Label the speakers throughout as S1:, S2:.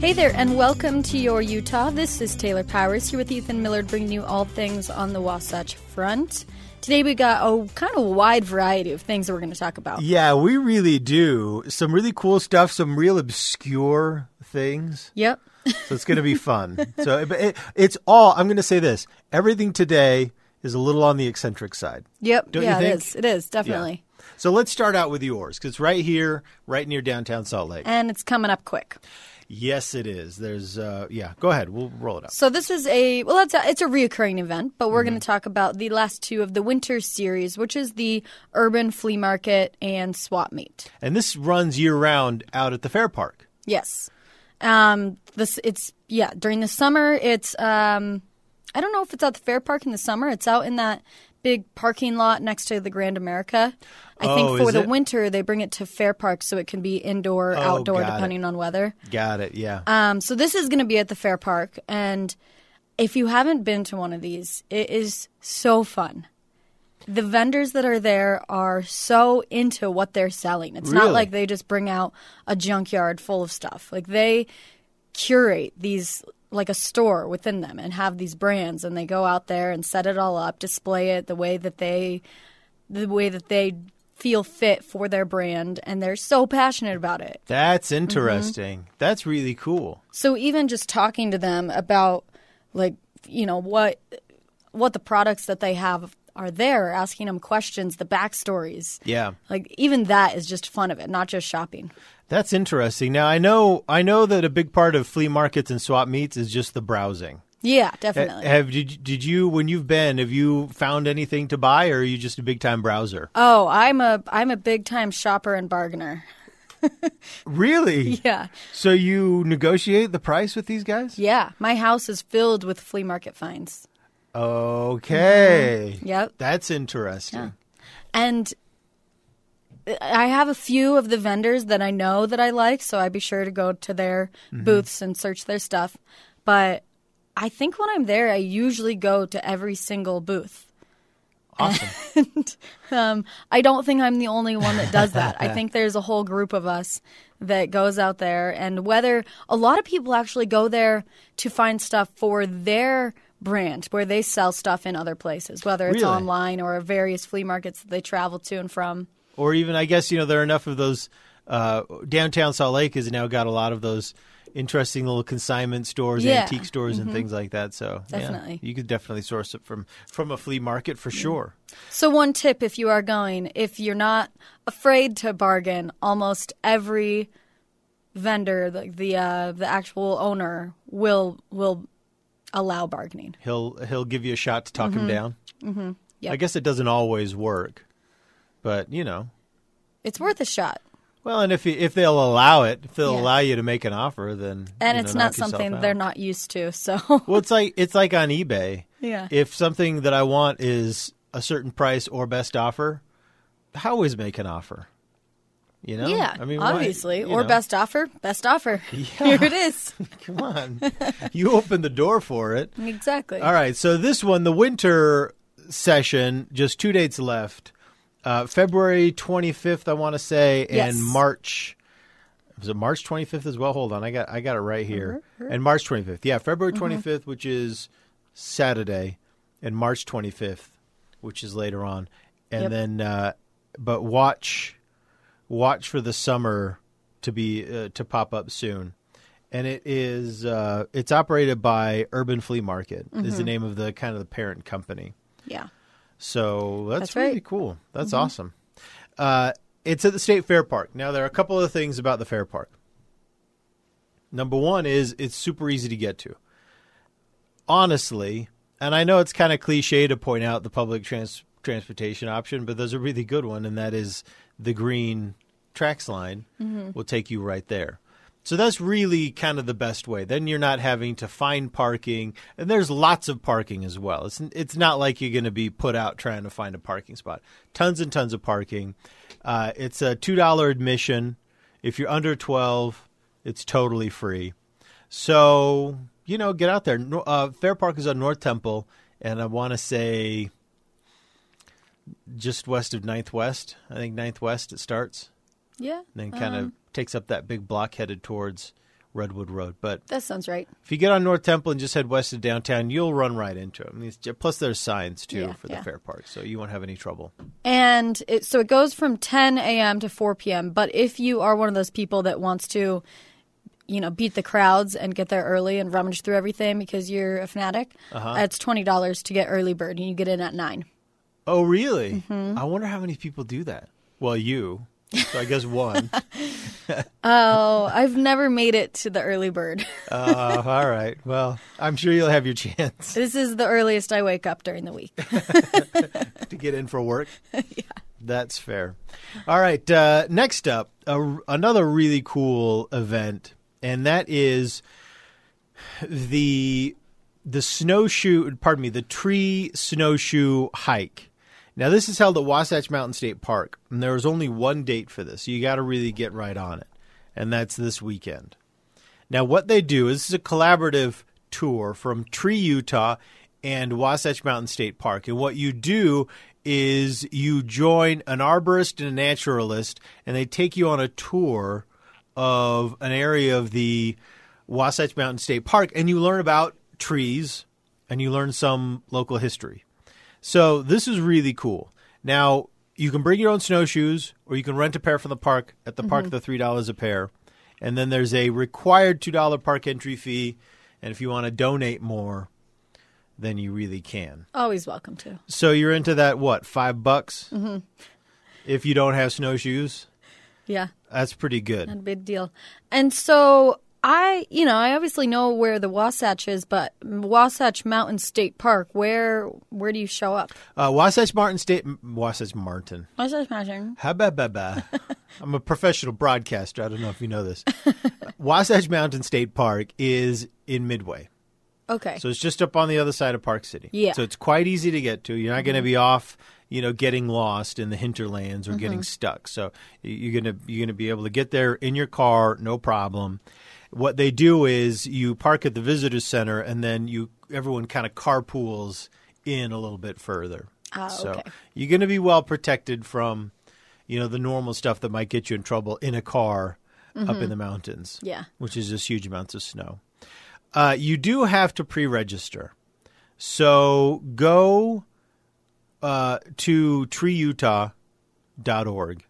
S1: Hey there, and welcome to Your Utah. This is Taylor Powers here with Ethan Millard, bringing you all things on the Wasatch Front. Today we got a kind of wide variety of things that we're going to talk about.
S2: Yeah, we really do. Some really cool stuff, some real obscure things.
S1: Yep.
S2: So it's going to be fun. so it, it, it's all, I'm going to say this everything today is a little on the eccentric side.
S1: Yep.
S2: Don't you
S1: yeah, it
S2: think?
S1: is. It is, definitely.
S2: So let's start out with yours because it's right here, right near downtown Salt Lake.
S1: And it's coming up quick.
S2: Yes, it is. There's, uh, yeah, go ahead. We'll roll it up.
S1: So this is a well, it's a, it's a reoccurring event, but we're
S2: Mm-hmm.
S1: going to talk about the last two of the winter series, which is the urban flea market and swap meet.
S2: And this runs year round out at the fair park.
S1: Yes. Um, this it's yeah during the summer it's um, I don't know if it's at the fair park in the summer. It's out in that big parking lot next to the Grand America. I
S2: Oh,
S1: think for
S2: is
S1: the
S2: it? Oh,
S1: winter they bring it to fair park so it can be indoor, outdoor
S2: got it.
S1: depending on weather.
S2: Got it. Yeah.
S1: Um, so this is going to be at the fair park, and if you haven't been to one of these, it is so fun. The vendors that are there are so into what they're selling. It's
S2: Really?
S1: not like they just bring out a junkyard full of stuff. Like they curate these like a store within them and have these brands and they go out there and set it all up, display it the way that they the way that they feel fit for their brand and they're so passionate about it.
S2: That's interesting. That's really cool.
S1: So even just talking to them about like you know what what the products that they have are there, asking them questions, the backstories.
S2: Yeah.
S1: Like even that is just fun of it, not just shopping.
S2: That's interesting. Now I know I know that a big part of flea markets and swap meets is just the browsing.
S1: Yeah,
S2: Ha-
S1: definitely.
S2: Have did, did you when you've been have you found anything to buy or are you just a big time browser?
S1: oh, I'm a I'm a big time shopper and bargainer.
S2: Really?
S1: Yeah.
S2: So you negotiate the price with these guys?
S1: Yeah, my house is filled with flea market finds.
S2: Okay.
S1: Mm-hmm. Yep.
S2: That's interesting.
S1: And I have a few of the vendors that I know that I like, so I'd be sure to go to their
S2: Mm-hmm.
S1: booths and search their stuff. But I think when I'm there, I usually go to every single booth.
S2: Awesome.
S1: And um, I don't think I'm the only one that does that. I think there's a whole group of us that goes out there, and whether a lot of people actually go there to find stuff for their brand where they sell stuff in other places, whether it's
S2: Really?
S1: online or various flea markets that they travel to and from.
S2: or even I guess you know there are enough of those uh, downtown Salt Lake has now got a lot of those interesting little consignment stores,
S1: Yeah. Mm-hmm.
S2: antique stores, and things like that. So yeah,
S1: Definitely.
S2: you could definitely source it from from a flea market for sure.
S1: So, one tip if you are going, if you're not afraid to bargain, almost every vendor, like the uh, the actual owner, will will allow bargaining.
S2: He'll he'll give you a shot to talk him down. Mm-hmm.
S1: Yep.
S2: I guess it doesn't always work, but you know.
S1: It's worth a shot,
S2: Well, and if he- if they'll allow it, if they'll
S1: Yeah.
S2: allow you to make an offer, then
S1: and
S2: you know,
S1: it's
S2: knock
S1: not
S2: yourself
S1: something
S2: out.
S1: they're not used to. So,
S2: Well, it's like it's like on eBay.
S1: Yeah.
S2: If something that I want is a certain price or best offer, I always make an offer. You know.
S1: yeah,
S2: I mean, why-
S1: obviously,
S2: you
S1: or
S2: know,
S1: best offer, best offer. Here it is,
S2: Come on, you opened the door for it.
S1: exactly.
S2: All right. So this one, the winter session, just two dates left. Uh, February 25th, I want to say,
S1: Yes.
S2: and March. Was it March 25th as well? Hold on, I got I got it right here.
S1: Uh-huh,
S2: And March 25th, yeah, February 25th, which is Saturday, and March 25th, which is later on, and
S1: Yep.
S2: then uh, but watch watch for the summer to be uh, to pop up soon and it is uh, it's operated by urban flea market
S1: Mm-hmm.
S2: is the name of the kind of the parent company
S1: Yeah,
S2: so that's,
S1: That's right.
S2: really cool that's awesome uh, it's at the state fair park now there are a couple of things about the fair park number one is it's super easy to get to honestly and i know it's kind of cliche to point out the public trans- transportation option but there's a really good one and that is the green tracks line will take you right there So that's really kind of the best way. Then you're not having to find parking, and there's lots of parking as well. It's it's not like you're going to be put out trying to find a parking spot. Tons and tons of parking. Uh, it's a two dollar admission. If you're under twelve, it's totally free. So you know, get out there. No- Uh, Fair Park is on North Temple, and I want to say just west of Ninth West. I think Ninth West it starts
S1: Yeah.
S2: and then kind
S1: Uh-huh.
S2: of takes up that big block headed towards Redwood Road. But
S1: That sounds right.
S2: if you get on North Temple and just head west of downtown, you'll run right into it. I mean, it's ju- plus, there's signs too
S1: Yeah,
S2: for the
S1: yeah.
S2: fair park, so you won't have any trouble.
S1: And it, so it goes from 10 a.m. to 4 p.m. But if you are one of those people that wants to, you know, beat the crowds and get there early and rummage through everything because you're a fanatic, it's $20 to get early bird and you get in at 9.
S2: Oh, really?
S1: Mm-hmm.
S2: I wonder how many people do that. Well, you. So I guess one.
S1: Oh, I've never made it to the early bird.
S2: uh, all right. Well, I'm sure you'll have your chance
S1: this is the earliest I wake up during the week.
S2: to get in for work. That's fair. All right. Uh, next up, a, another really cool event, and that is the the snowshoe. Pardon me, the tree snowshoe hike. Now this is held at Wasatch Mountain State Park, and there is only one date for this. So you got to really get right on it, and that's this weekend. Now what they do is this is a collaborative tour from Tree Utah and Wasatch Mountain State Park, and what you do is you join an arborist and a naturalist, and they take you on a tour of an area of the Wasatch Mountain State Park, and you learn about trees and you learn some local history. So this is really cool. Now you can bring your own snowshoes, or you can rent a pair from the park at the park. The three dollars a pair, and then there's a required two dollar park entry fee. And if you want to donate more, then you really can.
S1: Always welcome to.
S2: So you're into that what five bucks? Mm-hmm. If you don't have snowshoes,
S1: Yeah.
S2: that's pretty good.
S1: Not a big deal. And so I, you know, I obviously know where the Wasatch is, but Wasatch Mountain State Park, where where do you show up?
S2: Uh, Wasatch Martin State, Wasatch Martin.
S1: Wasatch Mountain.
S2: Habababa. I'm a professional broadcaster. I don't know if you know this. Wasatch Mountain State Park is in Midway.
S1: Okay.
S2: So it's just up on the other side of Park City.
S1: Yeah.
S2: So it's quite easy to get to. You're not
S1: Mm-hmm.
S2: going to be off, you know, getting lost in the hinterlands or getting stuck. So y- you're going to you're going to be able to get there in your car, no problem. What they do is you park at the visitor center and then you everyone kind of carpools in a little bit further.
S1: Ah,
S2: so
S1: okay.
S2: you're going to be well protected from, you know, the normal stuff that might get you in trouble in a car up in the mountains.
S1: Mm-hmm. Yeah.
S2: Which is just huge amounts of snow. Uh, you do have to pre-register. So go uh, to treeutah.org,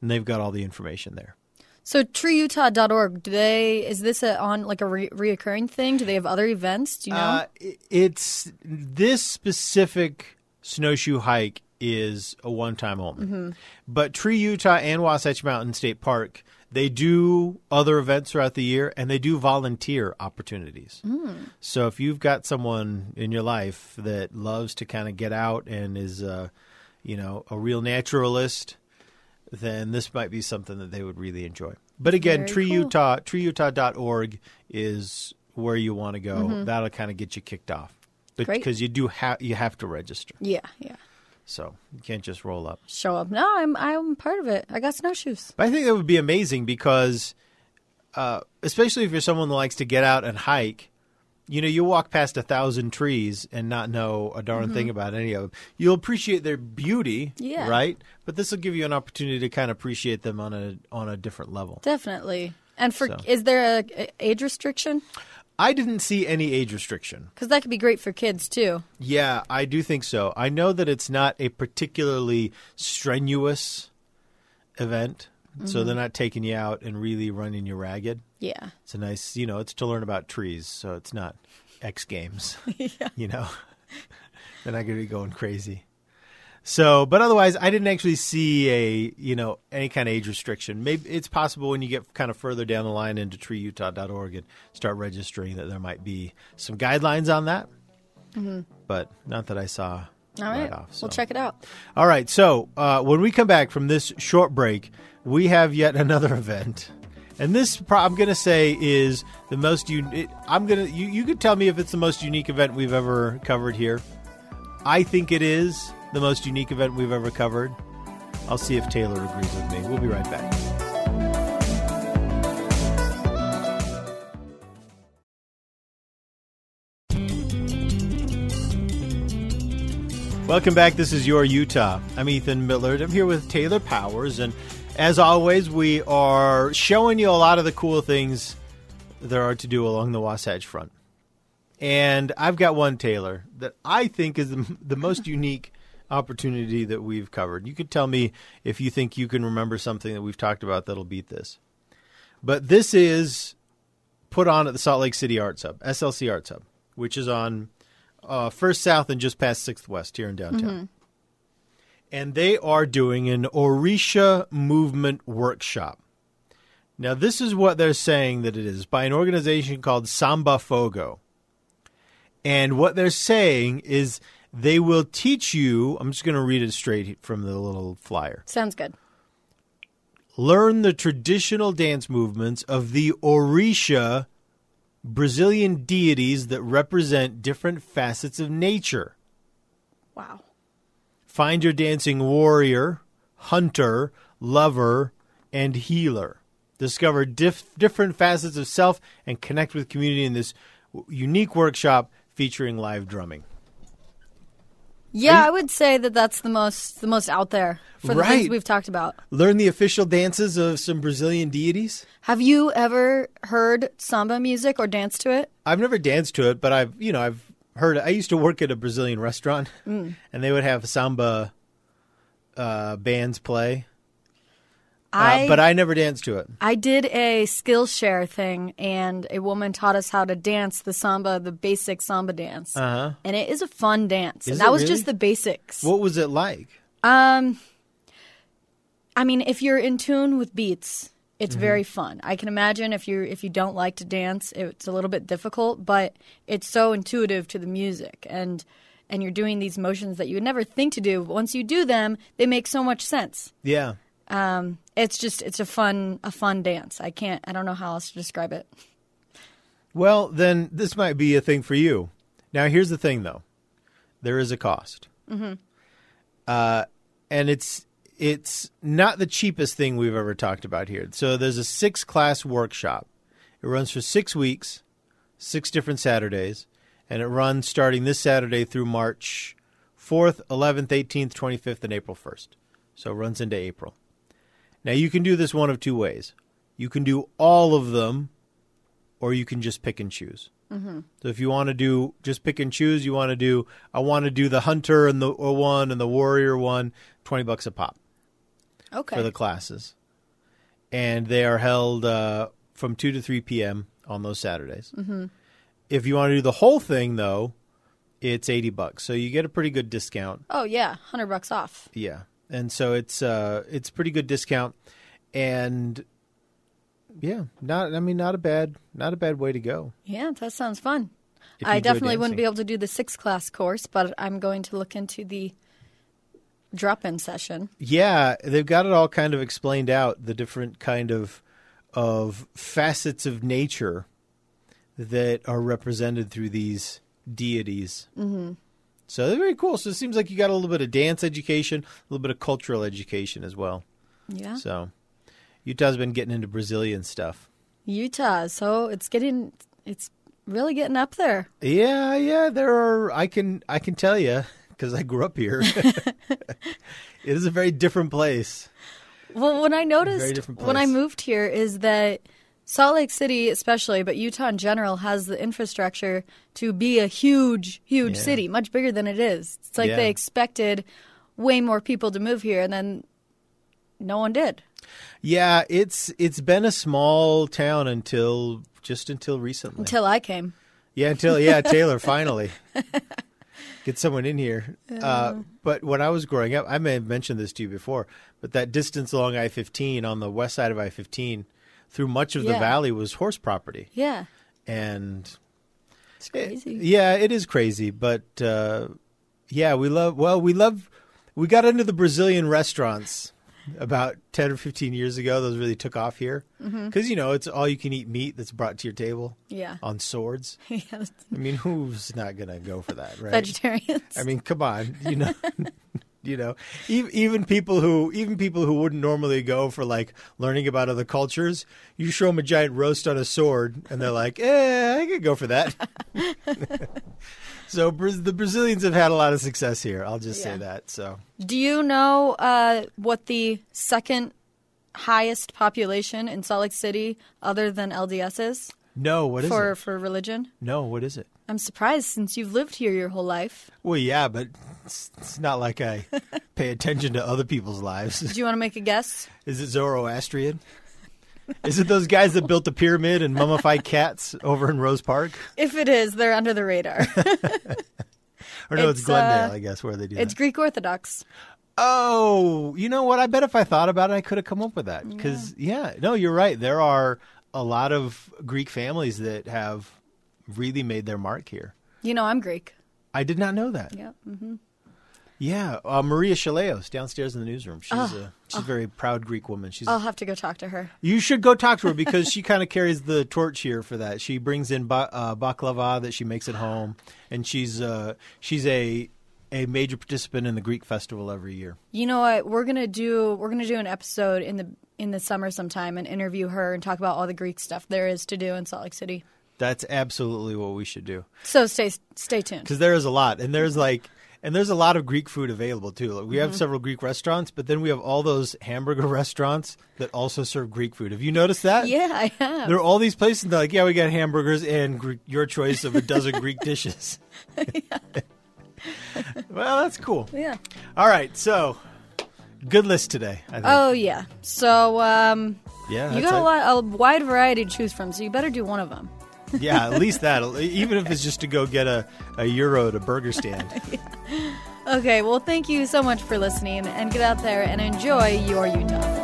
S2: and they've got all the information there.
S1: So treeutah.org, do they is this a, on like a re- reoccurring thing? Do they have other events? Do you know?
S2: Uh, i- it's this specific snowshoe hike is a one-time only,
S1: Mm-hmm.
S2: but Tree Utah and Wasatch Mountain State Park they do other events throughout the year, and they do volunteer opportunities.
S1: Mm.
S2: So if you've got someone in your life that loves to kind of get out and is, uh, you know, a real naturalist, then this might be something that they would really enjoy. But again,
S1: Very
S2: Tree
S1: cool.
S2: Utah, treeutah.org is where you want to go. That'll kind of get you kicked off.
S1: Mm-hmm. Great.
S2: Because you do have you have to register,
S1: yeah, yeah.
S2: so you can't just roll up.
S1: Show up. No, I'm I'm part of it. I got snowshoes.
S2: But I think that would be amazing because, uh, especially if you're someone that likes to get out and hike, you know, you walk past a thousand trees and not know a darn thing about any of them. You'll appreciate their beauty,
S1: Mm-hmm. Yeah.
S2: right? But this will give you an opportunity to kind of appreciate them on a on a different level.
S1: Definitely. And for
S2: So.
S1: is there a, a age restriction?
S2: I didn't see any age restriction.
S1: Cuz that could be great for kids too.
S2: Yeah, I do think so. I know that it's not a particularly strenuous event, so they're not taking you out and really running you ragged.
S1: Yeah.
S2: It's a nice, you know, it's to learn about trees, so it's not X Games. You know, they're not going to be going crazy. So, but otherwise, I didn't actually see a, you know, any kind of age restriction. Maybe it's possible when you get kind of further down the line into treeutah.org and start registering that there might be some guidelines on that. But not that I saw
S1: Mm-hmm. All right.
S2: right, off. So.
S1: We'll check it out.
S2: All right. So uh, when we come back from this short break, we have yet another event, And this, pro- I'm going to say, is the most. Un- it, I'm going to. You, you could tell me if it's the most unique event we've ever covered here. I think it is the most unique event we've ever covered. I'll see if Taylor agrees with me. We'll be right back. Welcome back. This is Your Utah. I'm Ethan Millard. I'm here with Taylor Powers. And as always, we are showing you a lot of the cool things there are to do along the Wasatch Front. And I've got one, Taylor, that I think is the, the most unique opportunity that we've covered. You could tell me if you think you can remember something that we've talked about that'll beat this. But this is put on at the Salt Lake City Arts Hub, SLC Arts Hub, which is on uh, First South and just past Sixth West here in downtown. And they are doing an Orisha movement workshop. Now, this is what they're saying that it is by an organization called Samba Fogo. And what they're saying is they will teach you, I'm just going to read it straight from the little flyer.
S1: Sounds good.
S2: Learn the traditional dance movements of the Orisha Brazilian deities that represent different facets of nature.
S1: Wow.
S2: Find your dancing warrior, hunter, lover, and healer. Discover dif- different facets of self and connect with community in this w- unique workshop featuring live drumming.
S1: Yeah, I would say that that's the most the most out there for the
S2: Right.
S1: things we've talked about.
S2: Learn the official dances of some Brazilian deities.
S1: Have you ever heard samba music or danced to it?
S2: I've never danced to it, but I've you know I've heard. I used to work at a Brazilian restaurant, and they would have samba uh, bands play, uh,
S1: I
S2: but I never danced to it.
S1: I did a Skillshare thing, and a woman taught us how to dance the samba, the basic samba dance, uh-huh. and it is a fun dance.
S2: Is
S1: and
S2: it
S1: that was
S2: really?
S1: just the basics.
S2: What was it like?
S1: Um, I mean, if you're in tune with beats,
S2: Mm-hmm.
S1: it's very fun. I can imagine if you if you don't like to dance, it's a little bit difficult, but it's so intuitive to the music and and you're doing these motions that you would never think to do. But once you do them, they make so much sense.
S2: Yeah,
S1: Um, it's just it's a fun a fun dance. I can't I don't know how else to describe it.
S2: Well, then this might be a thing for you. Now, here's the thing, though. There is a cost, mm-hmm. uh, and it's it's not the cheapest thing we've ever talked about here. So there's a six class workshop. It runs for six weeks, six different Saturdays, and it runs starting this Saturday through March fourth, eleventh, eighteenth, twenty fifth, and April first. So it runs into April. Now you can do this one of two ways. You can do all of them or you can just pick and choose. So if you want to do just pick and choose, you want to do I want to do the hunter and the or one and the warrior one, twenty bucks a pop
S1: Okay.
S2: for the classes, and they are held uh, from two to three p.m. on those Saturdays. Mm-hmm. If you want to do the whole thing though, it's eighty bucks, so you get a pretty good discount.
S1: oh yeah, hundred bucks off.
S2: Yeah, and so it's uh it's pretty good discount, and yeah, not I mean not a bad not a bad way to go.
S1: Yeah, that sounds fun.
S2: If you
S1: I
S2: enjoy
S1: definitely wouldn't be
S2: dancing.
S1: able to do the six class course, but I'm going to look into the drop in session.
S2: Yeah, they've got it all kind of explained out the different kind of of facets of nature that are represented through these deities. Mm-hmm. So they're very cool. So it seems like you got a little bit of dance education, a little bit of cultural education as well.
S1: Yeah.
S2: So Utah's been getting into Brazilian stuff.
S1: Utah, so it's getting it's really getting up there.
S2: Yeah, yeah, there are. I can I can tell you because I grew up here. it is a very different place.
S1: Well, what I noticed
S2: different
S1: when I
S2: place.
S1: moved here is that Salt Lake City, especially, but Utah in general, has the infrastructure to be a huge, huge
S2: Yeah.
S1: city, much bigger than it is. It's like
S2: Yeah.
S1: they expected way more people to move here, and then no one did.
S2: Yeah, it's it's been a small town until just until recently.
S1: Until I came.
S2: yeah, until yeah, Taylor finally get someone in here. Uh, but when I was growing up, I may have mentioned this to you before, but that distance along I fifteen on the west side of I fifteen through much of the
S1: Yeah.
S2: valley was horse property,
S1: Yeah.
S2: and
S1: It's
S2: it-
S1: crazy.
S2: yeah, it is crazy. But uh, yeah, we love well, we love we got into the Brazilian restaurants. about 10 or 15 years ago those really took off here because you know it's all you can eat meat that's brought to your table
S1: Mm-hmm. Yeah.
S2: on swords
S1: yeah, that's-
S2: i mean who's not gonna go for that right
S1: vegetarians.
S2: i mean come on you know you know even, even people who even people who wouldn't normally go for like learning about other cultures you show them a giant roast on a sword and they're like eh i could go for that so Bra- the brazilians have had a lot of success here i'll just
S1: Yeah.
S2: say that so
S1: Do you know uh, what the second highest population in Salt Lake City, other than LDS, is
S2: no what is
S1: for
S2: it
S1: for religion?
S2: no what is it
S1: I'm surprised since you've lived here your whole life.
S2: Well, yeah, but it's, it's not like I pay attention to other people's lives.
S1: Do you want to make a guess?
S2: Is it Zoroastrian? Is it those guys that built the pyramid and mummified cats over in Rose Park?
S1: If it is, they're under the radar.
S2: Or no, it's,
S1: It's,
S2: Glendale,
S1: uh,
S2: I guess, where they do
S1: it's
S2: that.
S1: Greek Orthodox.
S2: Oh, you know what? I bet if I thought about it, I could have come up with that. Because, yeah, no, you're right. There are a lot of Greek families that have really made their mark here.
S1: You know, I'm Greek.
S2: I did not know that.
S1: Yep.
S2: Yeah, uh, Maria Chaleos downstairs in the newsroom. She's a she's a very proud Greek woman. She's
S1: I'll have to go talk to her.
S2: You should go talk to her because she kind of carries the torch here for that. She brings in ba- uh, baklava that she makes at home, and she's uh, she's a a major participant in the Greek festival every year.
S1: You know what? We're gonna do we're gonna do an episode in the in the summer sometime and interview her and talk about all the Greek stuff there is to do in Salt Lake City.
S2: That's absolutely what we should do
S1: So stay stay tuned.
S2: because there is a lot, and there's like. And there's a lot of Greek food available too. Like we
S1: Mm-hmm.
S2: have several Greek restaurants, but then we have all those hamburger restaurants that also serve Greek food. Have you noticed that?
S1: Yeah, I have.
S2: There are all these places that are like, yeah, we got hamburgers and Gre- your choice of a dozen Greek dishes. well, that's cool.
S1: Yeah.
S2: All right, so good list today. I think.
S1: Oh yeah. So um,
S2: yeah,
S1: you
S2: that's
S1: got a
S2: it.
S1: lot, a wide variety to choose from. So you better do one of them.
S2: yeah, at least that. Even if it's just to go get a, a euro at a burger stand.
S1: Okay. Well, thank you so much for listening, and get out there and enjoy your Utah.